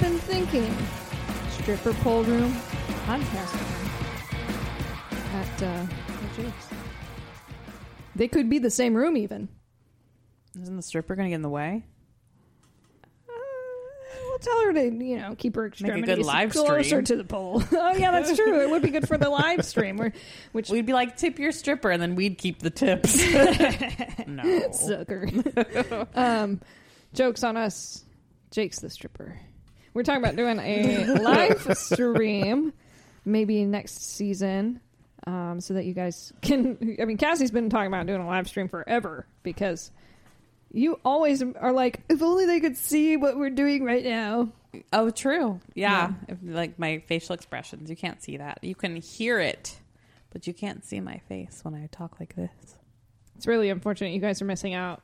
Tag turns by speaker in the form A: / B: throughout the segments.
A: thinking stripper pole room, podcast room at uh, oh, jeez. They could be the same room, even.
B: Isn't the stripper going to get in the way?
A: Uh, we'll tell her to, you know, keep her extremities
B: live
A: closer
B: stream.
A: to the pole. oh yeah, that's true. It would be good for the live stream, where, which
B: We'd be like, tip your stripper, and then we'd keep the tips. no.
A: sucker. um, jokes on us. Jake's the stripper. We're talking about doing a live stream, maybe next season, um, so that you guys can. I mean, Cassie's been talking about doing a live stream forever because you always are like, if only they could see what we're doing right now.
B: Oh, true. Yeah. If, like my facial expressions, you can't see that. You can hear it, but you can't see my face when I talk like this.
A: It's really unfortunate. You guys are missing out.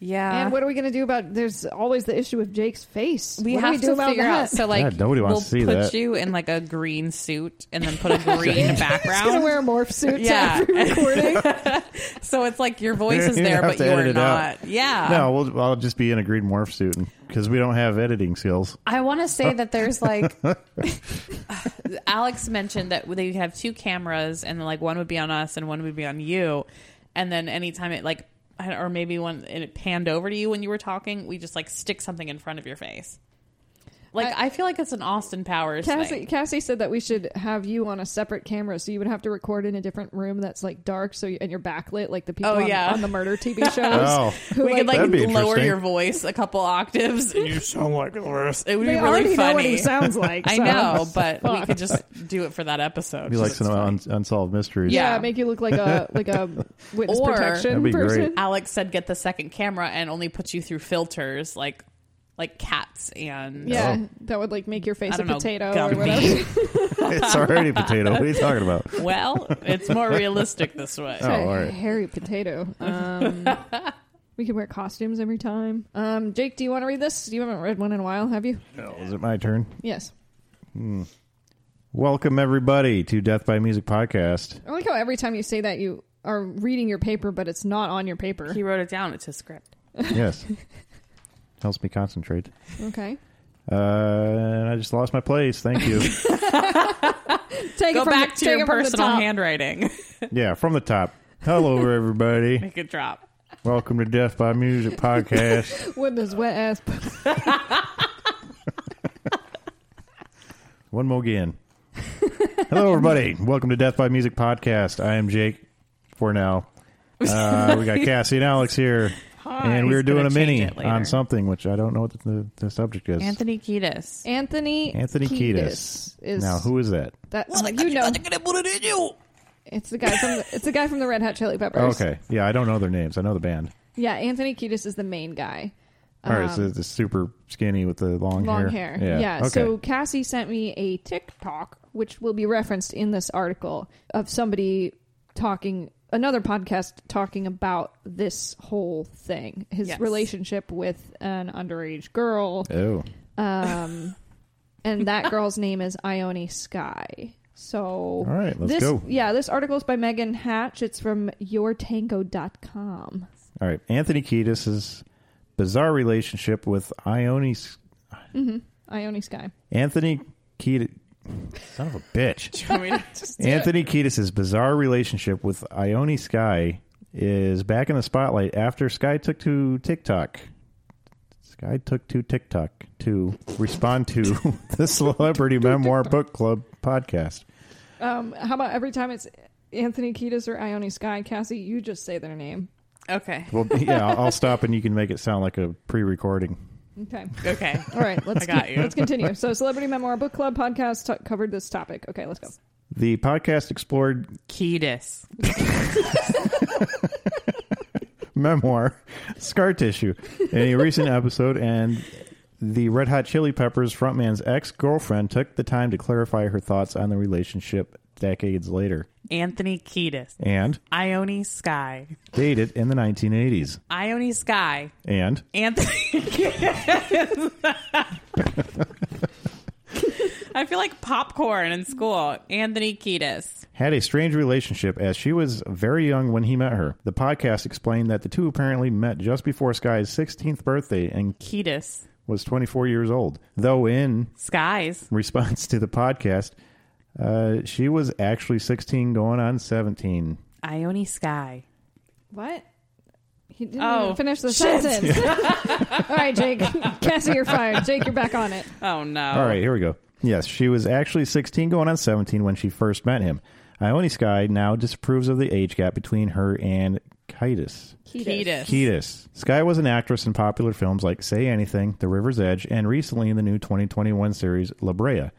B: Yeah.
A: and what are we going to do about? There's always the issue of Jake's face.
B: we
A: What do
B: have
A: we do
B: to
A: about
B: figure
A: that?
B: out. So, like,
C: Yeah, nobody
B: we'll
C: wants to see
B: put
C: that.
B: you in like a green suit and then put a green
A: I'm going to
B: background.
A: wear a morph suit
B: Yeah.
A: after recording.
B: so it's like your voice is
C: You
B: there,
C: have
B: but
C: to
B: you
C: edit
B: are
C: it out.
B: not. Yeah.
C: No, we'll, I'll just be in a green morph suit because we don't have editing skills.
B: I want to say that there's like uh, Alex mentioned that they have two cameras and like one would be on us and one would be on you, and then anytime it like I don't- or maybe when it panned over to you when you were talking, we just like stick something in front of your face. Like I, feel like it's an Austin Powers
A: Cassie,
B: thing.
A: Cassie said that we should have you on a separate camera, so you would have to record in a different room that's like dark, so you, and you're backlit like the people
B: Oh,
A: on,
B: yeah.
A: on the murder TV shows.
C: Oh.
A: who,
B: we could like
C: That'd be
B: lower
C: interesting.
B: your voice a couple octaves. and you sound like the worst. It would
A: they
B: be
A: already
B: really
A: know what
B: funny.
A: he sounds like.
B: I
A: so-
B: know, but we could just do it for that episode.
C: Be like
B: Just-
C: some un- unsolved mysteries.
A: Yeah,
B: Yeah.
A: make you look like a like a witness
B: Or-
A: protection
C: That'd be great.
A: person.
B: Alex said get the second camera and only put you through filters like like cats and
A: Yeah,
C: Oh.
A: that would like make your face
B: I
A: a
B: don't know,
A: potato or
B: gummy.
A: whatever.
C: it's already a potato. What are you talking about?
B: Well, it's more realistic this way.
C: Oh, all
A: A
C: right.
A: hairy potato. Um, we could wear costumes every time. Um, Jake, do you want to read this? You haven't read one in a while, have you?
C: No, is it my turn?
A: Yes.
C: Welcome everybody to Death by Music podcast.
A: I like how every time you say that you are reading your paper, but it's not on your paper.
B: He wrote it down. It's his script.
C: Yes, helps me concentrate.
A: Okay.
C: Uh, and I just lost my place. Thank you.
A: Take
B: Go
A: it from
B: back
A: the,
B: to
A: take it from
B: your
A: the
B: personal
A: top.
B: handwriting.
C: yeah, from the top. Hello everybody.
B: Make it drop.
C: Welcome to Death by Music podcast.
A: With his wet ass. p-
C: One more again. Hello, everybody. Welcome to Death by Music podcast. I am Jake. For now, uh, we got Cassie and Alex here, and we
B: He's
C: are doing
B: gonna
C: a mini
B: change it later.
C: on something which I don't know what the, the subject is.
B: Anthony Kiedis.
A: Anthony.
C: Anthony Kiedis.
A: is
C: now, who is that?
A: that? you know, it's the guy from the, it's the guy from the Red Hot Chili Peppers.
C: okay, yeah, I don't know their names. I know the band.
A: Yeah, Anthony Kiedis is the main guy.
C: All right, so the super skinny with the long,
A: Long hair.
C: hair.
A: Yeah.
C: Okay.
A: So Cassie sent me a TikTok, which will be referenced in this article, of somebody talking, another podcast talking about this whole thing his
B: Yes.
A: relationship with an underage girl.
C: oh,
A: Um, and that girl's name is Ione Sky. So, all
C: right, let's
A: this,
C: go.
A: Yeah, this article is by Megan Hatch. It's from yourtango.com.
C: all right. Anthony Kiedis' bizarre relationship with Ione. S-
A: Ione Sky.
C: Anthony Kiedis. Son of a bitch.
B: I mean, just-
C: Anthony Kiedis' bizarre relationship with Ione Sky is back in the spotlight after Sky took to TikTok. Sky took to TikTok to respond to the Celebrity Memoir Book Club podcast.
A: Um, how about every time it's Anthony Kiedis or Ione Sky, Cassie, you just say their name.
B: okay.
C: Well, yeah, I'll, I'll stop and you can make it sound like a pre-recording.
A: Okay.
B: Okay.
A: All right, let's
B: I got you.
A: let's continue. So, Celebrity Memoir Book Club podcast t- covered this topic. Okay, let's go.
C: The podcast explored
B: Kiedis.
C: memoir, Scar Tissue, in a recent episode, and the Red Hot Chili Peppers frontman's ex girlfriend took the time to clarify her thoughts on the relationship decades later
B: Anthony Kiedis.
C: and
B: Ione Sky.
C: dated in the 1980s.
B: Ione Sky.
C: And
B: Anthony I feel like popcorn in school. Anthony Kiedis.
C: had a strange relationship as she was very young when he met her. The podcast explained that the two apparently met just before Sky's 16th birthday and
B: Kiedis.
C: was 24 years old. Though, in
B: Skies.
C: response to the podcast, uh, she was actually 16 going on 17.
B: Ione Sky.
A: What? He didn't
B: Oh,
A: even finish the
B: shit.
A: sentence. All right, Jake. Cassie, you're fired. Jake, you're back on it.
B: Oh, no.
C: All right, here we go. Yes, she was actually 16 going on 17 when she first met him. Ione Sky now disapproves of the age gap between her and Kitus.
B: Ketis.
C: Kiedis. Sky was an actress in popular films like Say Anything, The River's Edge, and recently in the new 2021 series La Brea.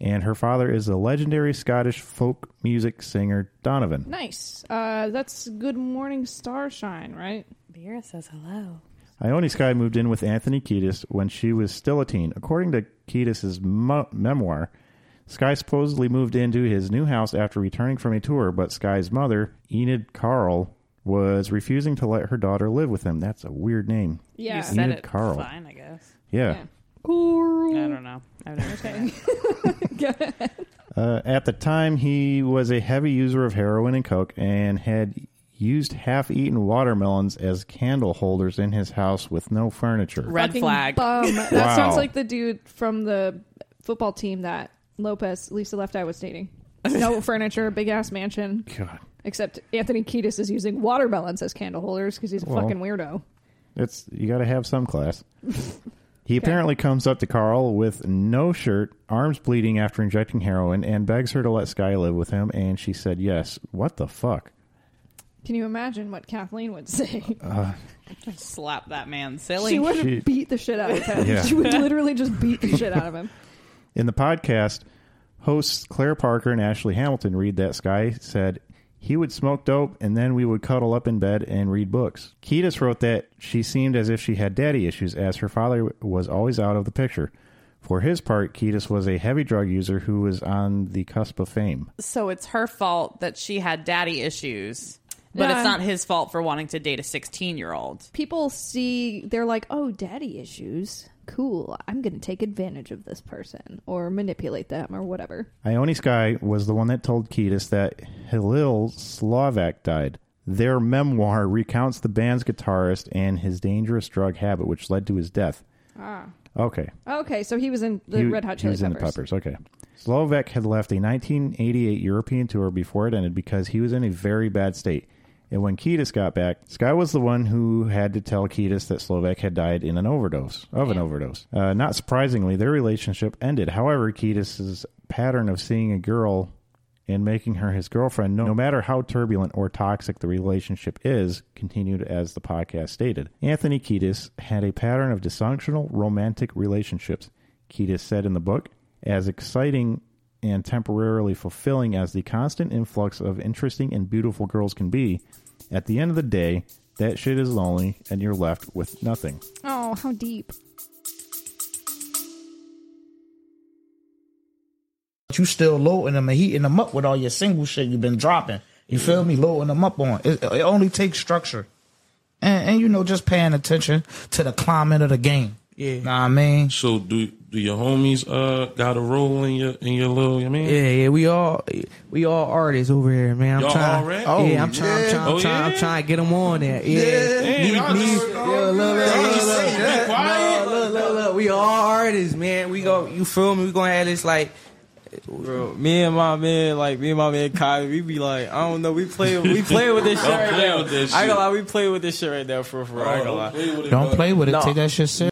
C: And her father is the legendary Scottish folk music singer Donovan.
A: Nice. Uh, that's Good Morning Starshine, right?
B: Vera says hello.
C: Ione Sky moved in with Anthony Kiedis when she was still a teen. According to Kiedis' mo- memoir, Sky supposedly moved into his new house after returning from a tour, but Sky's mother, Enid Carl, was refusing to let her daughter live with him. That's a weird name.
A: Yeah.
B: You said
C: Enid
B: it
C: Carl.
B: fine, I guess.
C: Yeah.
B: I don't know. I've never seen it.
C: Uh, at the time, he was a heavy user of heroin and coke and had used half eaten watermelons as candle holders in his house with no furniture.
B: Red
A: Fucking
B: flag.
A: Bum. That
C: Wow.
A: sounds like the dude from the football team that Lopez, Lisa Left Eye, was dating. No furniture, big ass mansion.
C: God.
A: Except Anthony Kiedis is using watermelons as candle holders because he's a
C: Well.
A: fucking weirdo.
C: It's you got to have some class. He apparently comes up to Carl with no shirt, arms bleeding after injecting heroin, and begs her to let Sky live with him, and she said yes. What the fuck?
A: Can you imagine what Kathleen would say?
B: Slap that man silly.
A: she would
C: Uh, she-
A: have beat the shit out of him.
C: Yeah.
A: She would literally just beat the shit out of him.
C: In the podcast, hosts Claire Parker and Ashley Hamilton read that Sky said he would smoke dope and then we would cuddle up in bed and read books. Kiedis wrote that she seemed as if she had daddy issues as her father was always out of the picture. For his part, Kiedis was a heavy drug user who was on the cusp of fame.
B: so it's her fault that she had daddy issues, but
A: Yeah.
B: it's not his fault for wanting to date a 16 year old.
A: People see, they're like, oh, daddy issues. Cool. I'm going to take advantage of this person or manipulate them or whatever.
C: Ione Sky was the one that told Kiedis that Halil Slovak died. Their memoir recounts the band's guitarist and his dangerous drug habit, which led to his death. Ah. Okay.
A: Okay, so he was in the
C: He-
A: Red Hot
C: he
A: Chili
C: was in the
A: Peppers.
C: Peppers. Okay. Slovak had left a 1988 European tour before it ended because he was in a very bad state. And when Kiedis got back, Sky was the one who had to tell Kiedis that Slovak had died in an overdose of an overdose. Uh, not surprisingly, their relationship ended. However, Kiedis's pattern of seeing a girl and making her his girlfriend, no, no matter how turbulent or toxic the relationship is, continued as the podcast stated. Anthony Kiedis had a pattern of dysfunctional romantic relationships. Kiedis said in the book, as exciting and temporarily fulfilling as the constant influx of interesting and beautiful girls can be, at the end of the day, that shit is lonely and you're left with nothing.
A: Oh, how deep.
D: But you still loading them and heating them up with all your single shit you've been dropping. You feel me? Loading them up on. It, it only takes structure. And, and, you know, just paying attention to the climate of the game. Yeah. Know what I mean?
E: So do do your homies uh got a role in your in your little? You mean?
F: Yeah, yeah, we all we all artists over here, man. I'm
E: Y'all
F: trying,
E: all rap?
F: yeah, I'm trying, I'm trying,
E: Oh,
F: I'm trying, I'm
E: yeah?
F: trying to get them on there. Yeah,
E: Damn, y'all
F: Me-
E: just-
F: me- yo, look, look,
E: y'all
F: look,
E: just
F: look,
E: so
F: look.
E: be quiet.
F: No, look, look, look. We all artists, man. We go, you feel me? We gonna have this like.
G: Bro, me and my man, like me and my man Kyle, we be like, I don't know, we play, we play with this shit
E: Don't
G: right
E: play
G: now.
E: with this
G: I ain't
E: shit.
G: gonna lie, we play with this shit right now for for. real. I ain't gonna lie.
E: play with it,
D: Don't
E: bro.
D: play with it.
G: No.
D: Take that shit serious.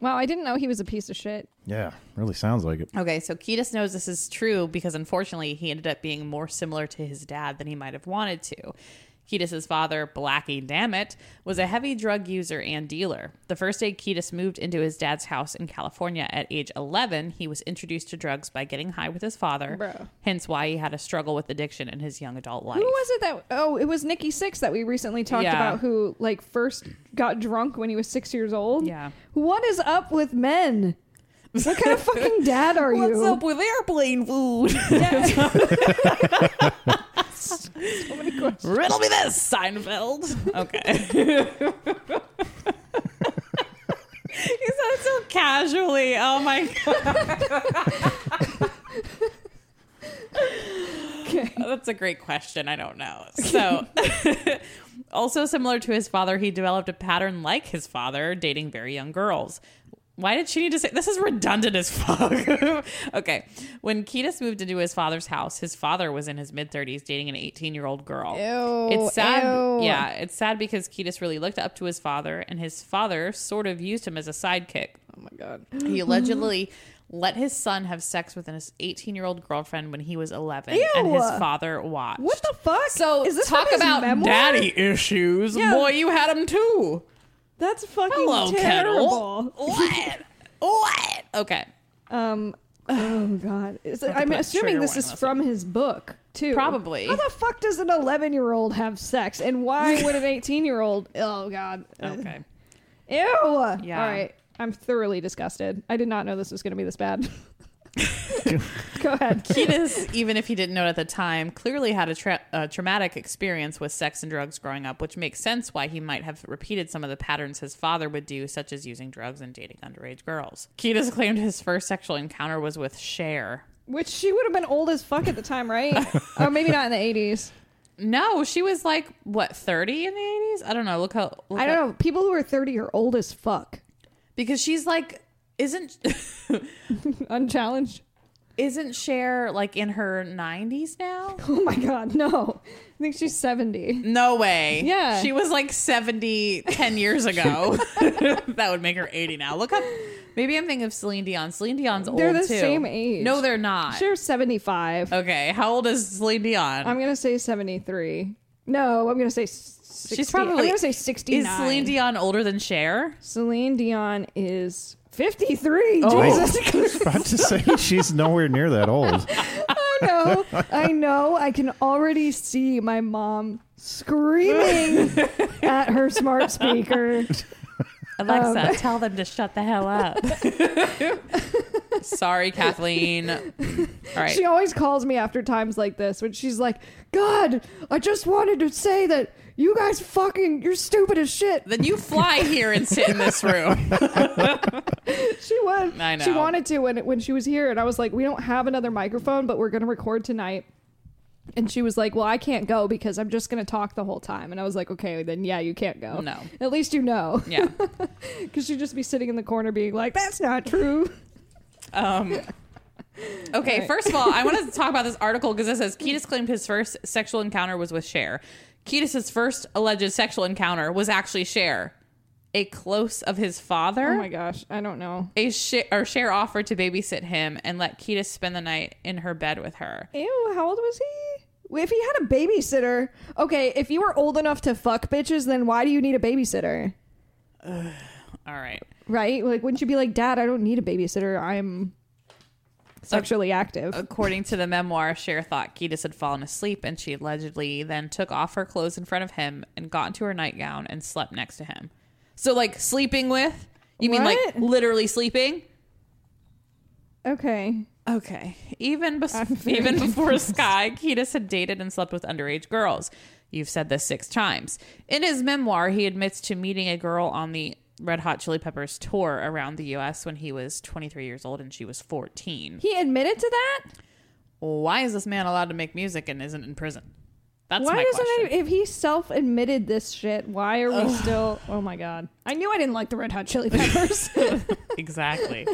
A: Wow, I didn't know he was a piece of shit.
C: Yeah, really sounds like it.
B: Okay, so Ketis knows this is true because unfortunately he ended up being more similar to his dad than he might have wanted to. Ketis's father, Blackie Dammit, was a heavy drug user and dealer. The first day Ketis moved into his dad's house in California at age 11, he was introduced to drugs by getting high with his father,
A: Bro.
B: hence why he had a struggle with addiction in his young adult life.
A: Who was it that? Oh, it was Nikki Six that we recently talked
B: Yeah.
A: about, who like first got drunk when he was six years old.
B: Yeah.
A: What is up with men? What kind of fucking dad are you?
B: What's up with airplane food? Riddle me this, Seinfeld. Okay. he said it so casually. Oh my god.
A: Okay.
B: That's a great question. I don't know. So, also similar to his father, he developed a pattern like his father, dating very young girls. Why did she need to say this is redundant as fuck? okay. When Ketis moved into his father's house, his father was in his mid 30s dating an 18 year old girl.
A: Ew,
B: it's sad.
A: ew.
B: Yeah, it's sad because Ketis really looked up to his father, and his father sort of used him as a sidekick.
A: Oh my god.
B: He allegedly let his son have sex with his 18 year old girlfriend when he was 11, and his
A: Ew.
B: father watched.
A: What the fuck?
B: So
A: is this from
B: talk
A: his
B: about
A: memoir?
B: daddy issues.
A: Yeah.
B: Boy, you had him too.
A: That's fucking
B: Hello,
A: terrible.
B: kettle. What? what? Okay.
A: Um. Oh god. Is it,
B: to
A: I'm
B: put
A: assuming
B: trigger
A: this
B: warning
A: is
B: on this
A: from his book too.
B: Probably.
A: How the fuck does an 11 year old have sex, and why would an 18 year old? Oh god.
B: Okay.
A: Ew.
B: Yeah.
A: All right. I'm thoroughly disgusted. I did not know this was going to be this bad. Go ahead.
B: Ketis, even if he didn't know it at the time, clearly had a, tra- a traumatic experience with sex and drugs growing up, which makes sense why he might have repeated some of the patterns his father would do, such as using drugs and dating underage girls. Ketis claimed his first sexual encounter was with Cher.
A: Which she would have been old as fuck at the time, right? or maybe not in the 80s.
B: No, she was like what thirty in the eighties? I don't know. Look how look
A: I
B: up-
A: don't know. People who are 30 are old as fuck.
B: because she's like isn't
A: Unchallenged.
B: isn't Cher like in her nineties now?
A: Oh my god, no. I think she's 70.
B: No way.
A: Yeah.
B: She was like 70 10 years ago. that would make her 80 now. Look up. Maybe I'm thinking of Celine Dion. Celine Dion's old
A: They're the
B: too.
A: same age.
B: No, they're not.
A: Sure, 75.
B: Okay. How old is Celine Dion?
A: I'm going to say 73. No, I'm going to say 60.
B: She's probably.
A: I'm going to say 69.
B: Is Celine Dion older than Cher?
A: Celine Dion is 53. Jesus.
C: About to say she's nowhere near that old.
A: know. I know. I can already see my mom screaming at her smart speaker. Oh.
B: Alexa, tell them to shut the hell up. Sorry, Kathleen. All right.
A: She always calls me after times like this when she's like, God, I just wanted to say that you guys fucking, you're stupid as shit.
B: then you fly here and sit in this room.
A: She would.
B: I know.
A: She wanted to when, when she was here. And I was like, we don't have another microphone, but we're going to record tonight. And she was like, well, I can't go because I'm just going to talk the whole time. And I was like, okay, then yeah, you can't go.
B: No.
A: At least you know.
B: Yeah.
A: Because she'd just be sitting in the corner being like, that's not true.
B: Um, okay, first of all, I wanted to talk about this article because it says Ketis claimed his first sexual encounter was with Cher. Ketis's first alleged sexual encounter was actually Cher, a close of his father.
A: Oh my gosh, I don't know.
B: A Cher, or Cher offered to babysit him and let Ketis spend the night in her bed with her.
A: Ew, how old was he? If he had a babysitter, okay, if you were old enough to fuck bitches, then why do you need a babysitter?
B: All right.
A: Right? Like, wouldn't you be like, Dad, I don't need a babysitter. I'm sexually active.
C: uh,
B: According to the memoir, Cher thought Ketis had fallen asleep and she allegedly then took off her clothes in front of him and got into her nightgown and slept next to him. So, like, sleeping with? You mean like
A: What?
B: literally sleeping?
A: okay.
B: Okay. Even bes-
A: very
B: even before Sky, Ketis had dated and slept with underage girls. You've said this six times. In his memoir, he admits to meeting a girl on the Red Hot Chili Peppers tour around the U.S. when he was 23 years old and she was 14.
A: He admitted to that?
B: Why is this man allowed to make music and isn't in prison? That's
A: why
B: my
A: doesn't
B: question.
A: I, if he self admitted this shit, why are we still. Oh my God. I knew I didn't like the Red Hot Chili Peppers.
B: exactly.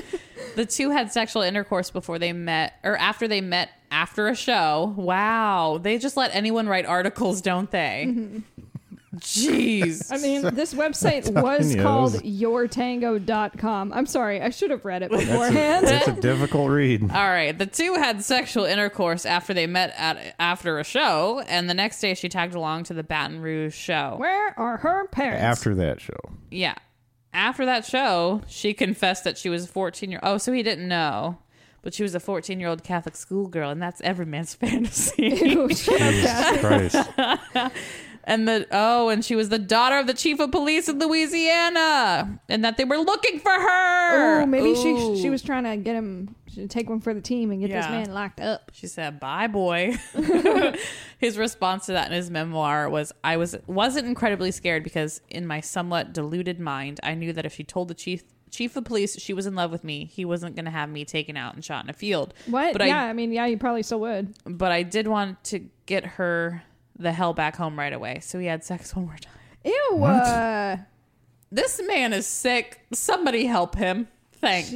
B: the two had sexual intercourse before they met, or after they met after a show. Wow, they just let anyone write articles, don't they? Jeez.
A: Mm-hmm. I mean, this website
C: telling
A: was
C: you, it
A: called
C: was-
A: yourtango.com. I'm sorry, I should have read it beforehand.
C: That's a difficult read.
B: All right. The two had sexual intercourse after they met at after a show, and the next day she tagged along to the Baton Rouge show.
A: Where are her parents?
C: After that show,
B: Yeah. After that show, she confessed that she was a 14 year Oh, so he didn't know. But she was a 14 year old Catholic schoolgirl, and that's every man's fantasy.
A: Ew, shut up, Dad.
C: Christ,
B: and the oh, and she was the daughter of the chief of police in Louisiana, and that they were looking for her.
A: Oh, maybe she
B: Ooh.
A: she was trying to get him to take one for the team and get this
B: Yeah.
A: man locked up.
B: She said, "Bye, boy." his response to that in his memoir was, "I was wasn't incredibly scared because in my somewhat deluded mind, I knew that if she told the chief chief of police, she was in love with me. He wasn't going to have me taken out and shot in a field.
A: What?
B: But
A: yeah,
B: I
A: I, mean, yeah, you probably still would.
B: but I did want to get her the hell back home right away. So he had sex one more time.
A: Ew. Uh,
B: This man is sick. Somebody help him. Thanks.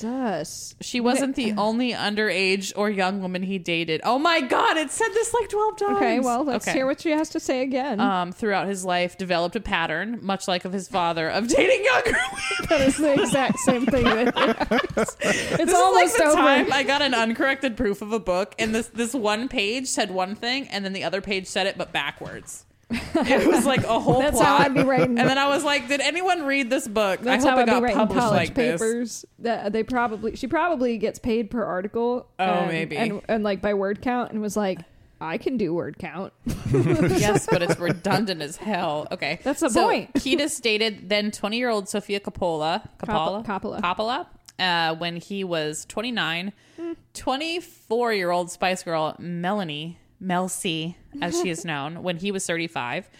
A: Jesus.
B: She wasn't the only underage or young woman he dated. Oh my god, it said this like 12 times.
A: Okay, well, let's
B: Okay.
A: hear what she has to say again.
B: um throughout his life developed a pattern much like of his father of dating younger women.
A: that is the exact same thing. That it's
B: This
A: almost
B: is like the
A: over.
B: time I got an uncorrected proof of a book, and this this one page said one thing, and then the other page said it but backwards. It was like a whole
A: That's how
B: plot.
A: I'd be writing.
B: and then I was like, "Did anyone read this book?
A: That's
B: I
A: how
B: hope it
A: I'd
B: got
A: be writing
B: published
A: college
B: like this."
A: papers. That uh, they probably she probably gets paid per article.
B: Oh,
A: and,
B: maybe.
A: and, and like by word count, and was like, I can do word count.
B: yes, but it's redundant as hell. Okay,
A: That's the
B: So,
A: point.
B: Kiedis dated then 20 year old Sofia Coppola, Coppola,
A: Coppola.
B: Coppola, uh, when he was 29.
A: Hmm.
B: 24 year old Spice Girl Melanie Mel C, as she is known, when he was 35.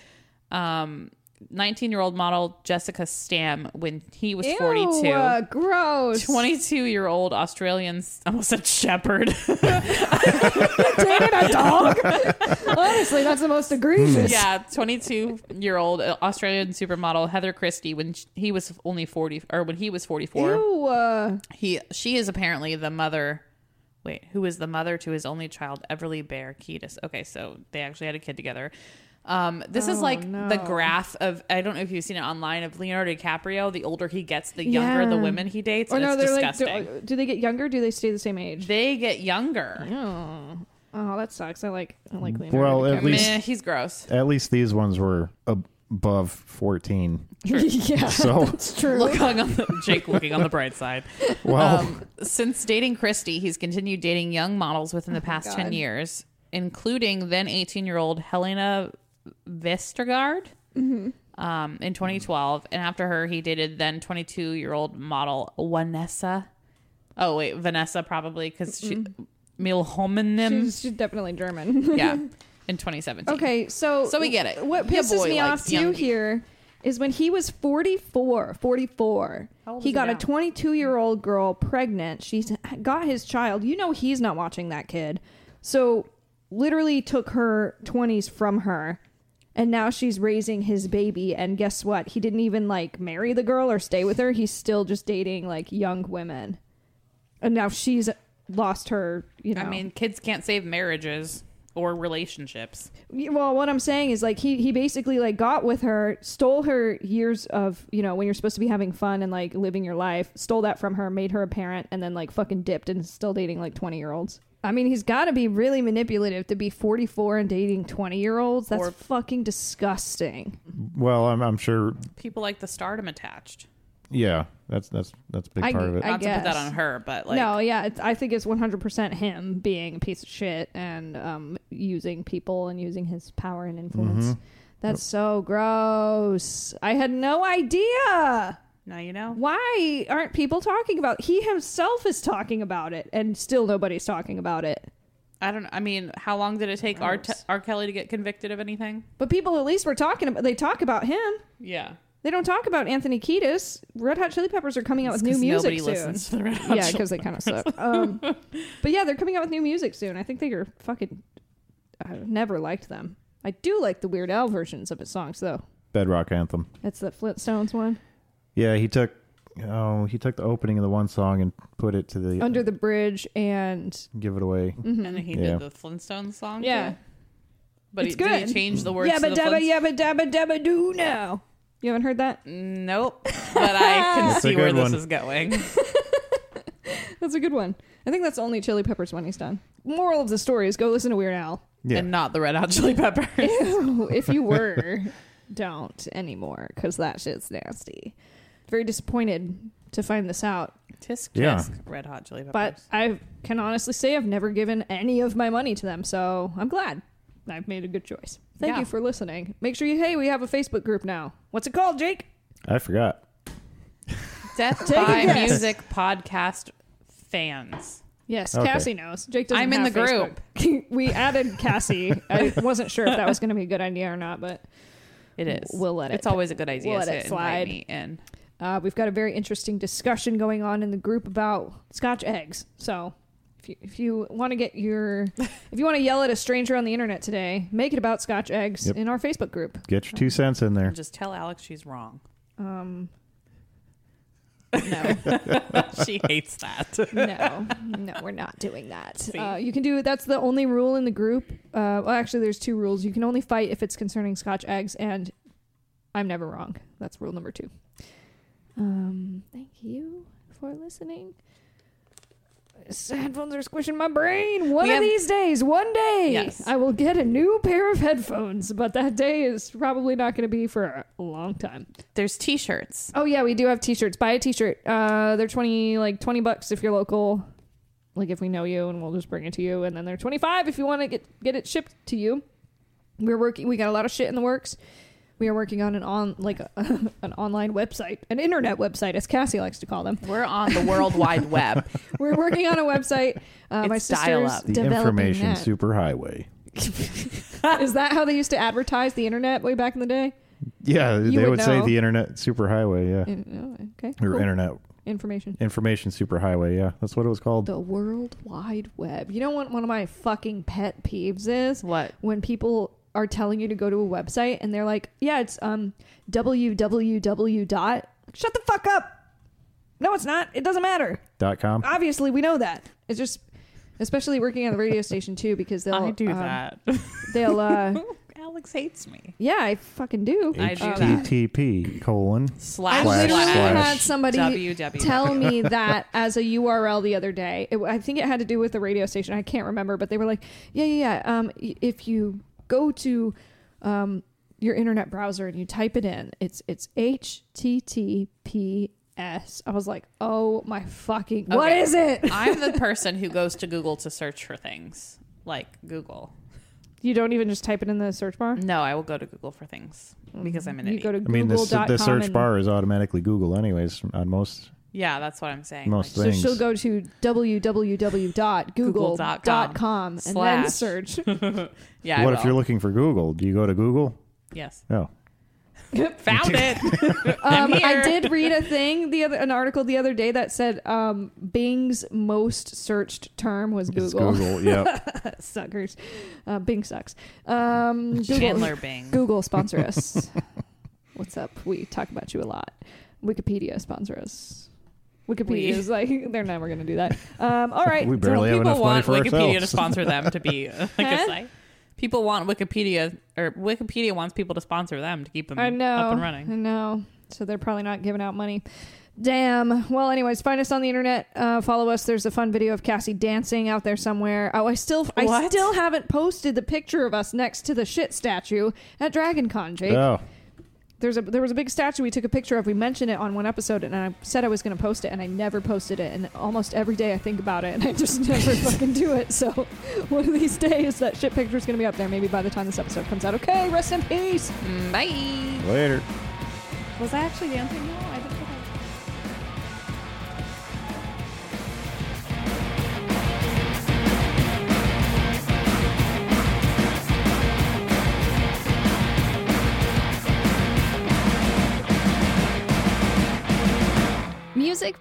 B: Um, 19 year old model Jessica Stam when he was 42.
A: Ew, uh, gross.
B: 22 year old Australian, I almost said shepherd.
A: dated a dog. Honestly, that's the most egregious.
B: yeah, 22 year old Australian supermodel Heather Christie when sh- he was only 40 or when he was 44.
A: Ew. Uh,
B: He she is apparently the mother wait, who is the mother to his only child Everly Bear Ketis. Okay, so they actually had a kid together. Um, this is
A: Oh,
B: like the
A: no.
B: graph of I don't know if you've seen it online of Leonardo DiCaprio. The older he gets, the younger the
A: Yeah.
B: women he dates.
A: or
B: and
A: no,
B: it's
A: they're
B: disgusting.
A: like, do, do they get younger? Do they stay the same age?
B: they get younger.
A: Oh, oh, that sucks. I like, I like Leonardo.
C: Well, at
A: DiCaprio.
C: least-
B: Meh, he's gross.
C: At least these ones were ab- above 14.
A: yeah,
C: So-
A: that's true.
B: Looking on the, Jake looking on the bright side.
C: Well,
B: Um, since dating Christie, he's continued dating young models within the
A: Oh
B: past 10 years, including then 18 year old Helena Vestergaard
A: Mm-hmm.
B: um, in 2012. And after her, he dated then 22 year old model Vanessa. Oh, wait, Vanessa probably because she. Milhomenem.
A: she's, she's definitely German.
B: Yeah. In 2017.
A: okay, so
B: So we get it.
A: What
B: Your
A: pisses
B: boy
A: me
B: likes
A: off too
B: young-
A: here is when he was 44, 44,
B: How old
A: he
B: is he
A: got a
B: now?
A: 22 year old girl pregnant. She's got his child. You know he's not watching that kid, so literally took her 20s from her. And now she's raising his baby, and guess what? He didn't even like marry the girl or stay with her. He's still just dating like young women, and now she's lost her. You know,
B: I mean, kids can't save marriages or relationships.
A: well what i'm saying is like he he basically like got with her stole her years of you know when you're supposed to be having fun and like living your life stole that from her made her a parent and then like fucking dipped and is still dating like 20 year olds i mean he's got to be really manipulative to be 44 and dating 20 year olds that's
B: Or-
A: fucking disgusting
C: well, I'm, I'm sure.
B: People like the stardom attached.
C: Yeah, that's that's that's a big
A: I-
C: part of it.
A: I-
B: Not to put that
A: guess.
B: on her, but like.
A: no yeah it's, i think it's 100% him being a piece of shit and um using people and using his power and influence
B: Mm-hmm.
A: that's so gross i had no idea
B: Now you know.
A: why aren't people talking about he himself is talking about it and still nobody's talking about it
B: I don't. I mean, how long did it take R. T- R. Kelly to get convicted of anything?
A: but people at least were talking about they talk about him
B: Yeah,
A: they don't talk about anthony kiedis red hot chili peppers are coming out with new
B: 'Cause
A: music
B: Nobody
A: soon
B: listens to the Red Hot
A: yeah
B: Chili-
A: because they kind of suck um, but yeah they're coming out with new music soon i think they are fucking i've never liked them i do like the weird al versions of his songs though
C: Bedrock Anthem.
A: that's the flintstones one
C: Yeah, he took oh, he took the opening of the one song and put it to the
A: under Mm-hmm. the bridge and
C: give it away.
B: and then he did
C: Yeah.
B: the Flintstones song.
A: Yeah.
B: too. but
A: It's
B: he, did
A: good.
B: he change the words? to
A: yabba
B: the
A: dabba
B: Flintst-
A: yabba dabba dabba doo now you haven't heard that
B: Nope. But I can
C: That's a
B: see where
C: good
B: this
C: one.
B: is going.
A: That's a good one. I think that's the only Chili Peppers one he's done. Moral of the story is go listen to Weird Al.
C: Yeah.
B: And not the Red Hot Chili Peppers.
A: Ew, if you were, don't anymore because that shit's nasty. Very disappointed to find this out,
B: Tisk
C: Yeah.
B: tisk. Red Hot Chili Peppers.
A: but I can honestly say I've never given any of my money to them, so I'm glad I've made a good choice. Thank
B: Yeah.
A: you for listening. Make sure you hey, we have a Facebook group now. What's it called, Jake?
C: I forgot.
B: Death
A: Take a
B: by
A: guess.
B: Music podcast fans.
A: Yes,
C: Okay.
A: Cassie knows. Jake doesn't.
B: I'm in
A: have
B: the
A: Facebook. we added Cassie. I wasn't sure if that was going to be a good idea or not, but
B: It is.
A: We'll let it-
B: It's always a good idea
A: we'll let
B: to
A: it
B: invite
A: slide.
B: me in.
A: Uh, we've got a very interesting discussion going on in the group about Scotch eggs. So if you, if you want to get your if you want to yell at a stranger on the internet today, make it about Scotch eggs
C: Yep.
A: in our Facebook group.
C: Get your two cents in there.
B: Just tell Alex she's wrong.
A: Um,
B: She hates that.
A: no, no, we're not doing that.
B: See?
A: Uh, you can do that's the only rule in the group. Uh, well, actually, there's two rules. You can only fight if it's concerning Scotch eggs, and I'm never wrong. That's rule number two. Um, thank you for listening. These headphones are squishing my brain. One
B: We
A: of
B: have-
A: these days, one day,
B: Yes.
A: I will get a new pair of headphones, but that day is probably not going to be for a long time.
B: There's t-shirts.
A: Oh yeah, we do have t-shirts. Buy a t-shirt. Uh, they're twenty like twenty bucks if you're local. Like if we know you, and we'll just bring it to you. And then they're twenty five if you want to get get it shipped to you. We're working. We got a lot of shit in the works. We are working on an on like a, an online website, an internet website, as Cassie likes to call them.
B: We're on the World Wide Web.
A: We're working on a website. Uh, my
B: It's
A: sister's
B: dial-up.
C: The
A: developing
C: information
A: that.
C: superhighway.
A: Is that how they used to advertise the internet way back in the day?
C: Yeah,
A: You
C: they
A: would
C: would, say
A: know.
C: the internet superhighway. Yeah,
A: In- oh, okay.
C: or
A: cool.
C: internet
A: information.
C: information superhighway. Yeah, that's what it was called.
A: The World Wide Web. You know what one of my fucking pet peeves is?
B: What?
A: When people are telling you to go to a website and they're like, yeah, it's um www dot. Shut the fuck up. No, it's not. It doesn't matter.
C: Dot com.
A: Obviously, we know that. It's just, especially working on the radio station too, because they'll
B: I do
A: um,
B: that.
A: They'll uh,
B: Alex hates me.
A: yeah, I fucking do.
B: I do that.
C: HTTP colon.
A: I
B: Slash
C: Slash,
A: literally
C: slash.
A: had somebody
B: WW.
A: tell me that as a URL the other day. It, I think it had to do with the radio station. I can't remember, but they were like, "Yeah, yeah, yeah. Um, y- if you go to um, your internet browser and you type it in, it's it's HTTPS." I was like, "Oh my fucking, what
B: Okay.
A: is it?
B: I'm the person who goes to Google to search for things, like Google.
A: You don't even just type it in the search bar.
B: No, I will go to Google for things because I'm an
A: You
B: idiot.
A: go to
C: I mean, the,
A: Google.com.
C: the search
A: and-
C: bar is automatically Google, anyways, on most
B: yeah, that's what I'm saying.
C: most
A: So
C: things.
A: she'll go to www.google.com and then
B: Slash.
A: search.
B: Like, yeah.
C: what
B: I
C: if you're
B: will.
C: looking for Google? Do you go to Google? Oh,
B: Yes.
C: No.
B: Found it.
A: Um,
B: I'm
A: I
B: here.
A: did read a thing the other an article the other day that said um, Bing's most searched term was
C: It's
A: Google.
C: Google. Yep.
A: Suckers, uh, Bing sucks. Um, Google,
B: Chandler Bing.
A: Google sponsor us. What's up? We talk about you a lot. Wikipedia sponsor us. Wikipedia
B: We-
A: is like they're never going to do that. Um, all right,
C: we barely have
B: People
C: enough money
B: want
C: for
B: Wikipedia to
C: ourselves.
B: sponsor them to be uh, like
A: Huh?
B: a site. People want Wikipedia or Wikipedia wants people to sponsor them to keep them
A: I know.
B: up and
A: I
B: running.
A: know. So they're probably not giving out money. Damn. Well, anyways, find us on the internet. Uh, follow us. There's a fun video of Cassie dancing out there somewhere. Oh, I still, I
B: What?
A: still haven't posted the picture of us next to the shit statue at Dragon Con, Jake.
C: Oh,
A: There's a there was a big statue we took a picture of. We mentioned it on one episode, and I said I was going to post it, and I never posted it. And almost every day I think about it, and I just never fucking do it. So one of these days that shit picture is going to be up there. Maybe by the time this episode comes out. Okay, rest in peace.
B: Bye.
C: later.
A: Was I actually dancing? No, I didn't.
H: Music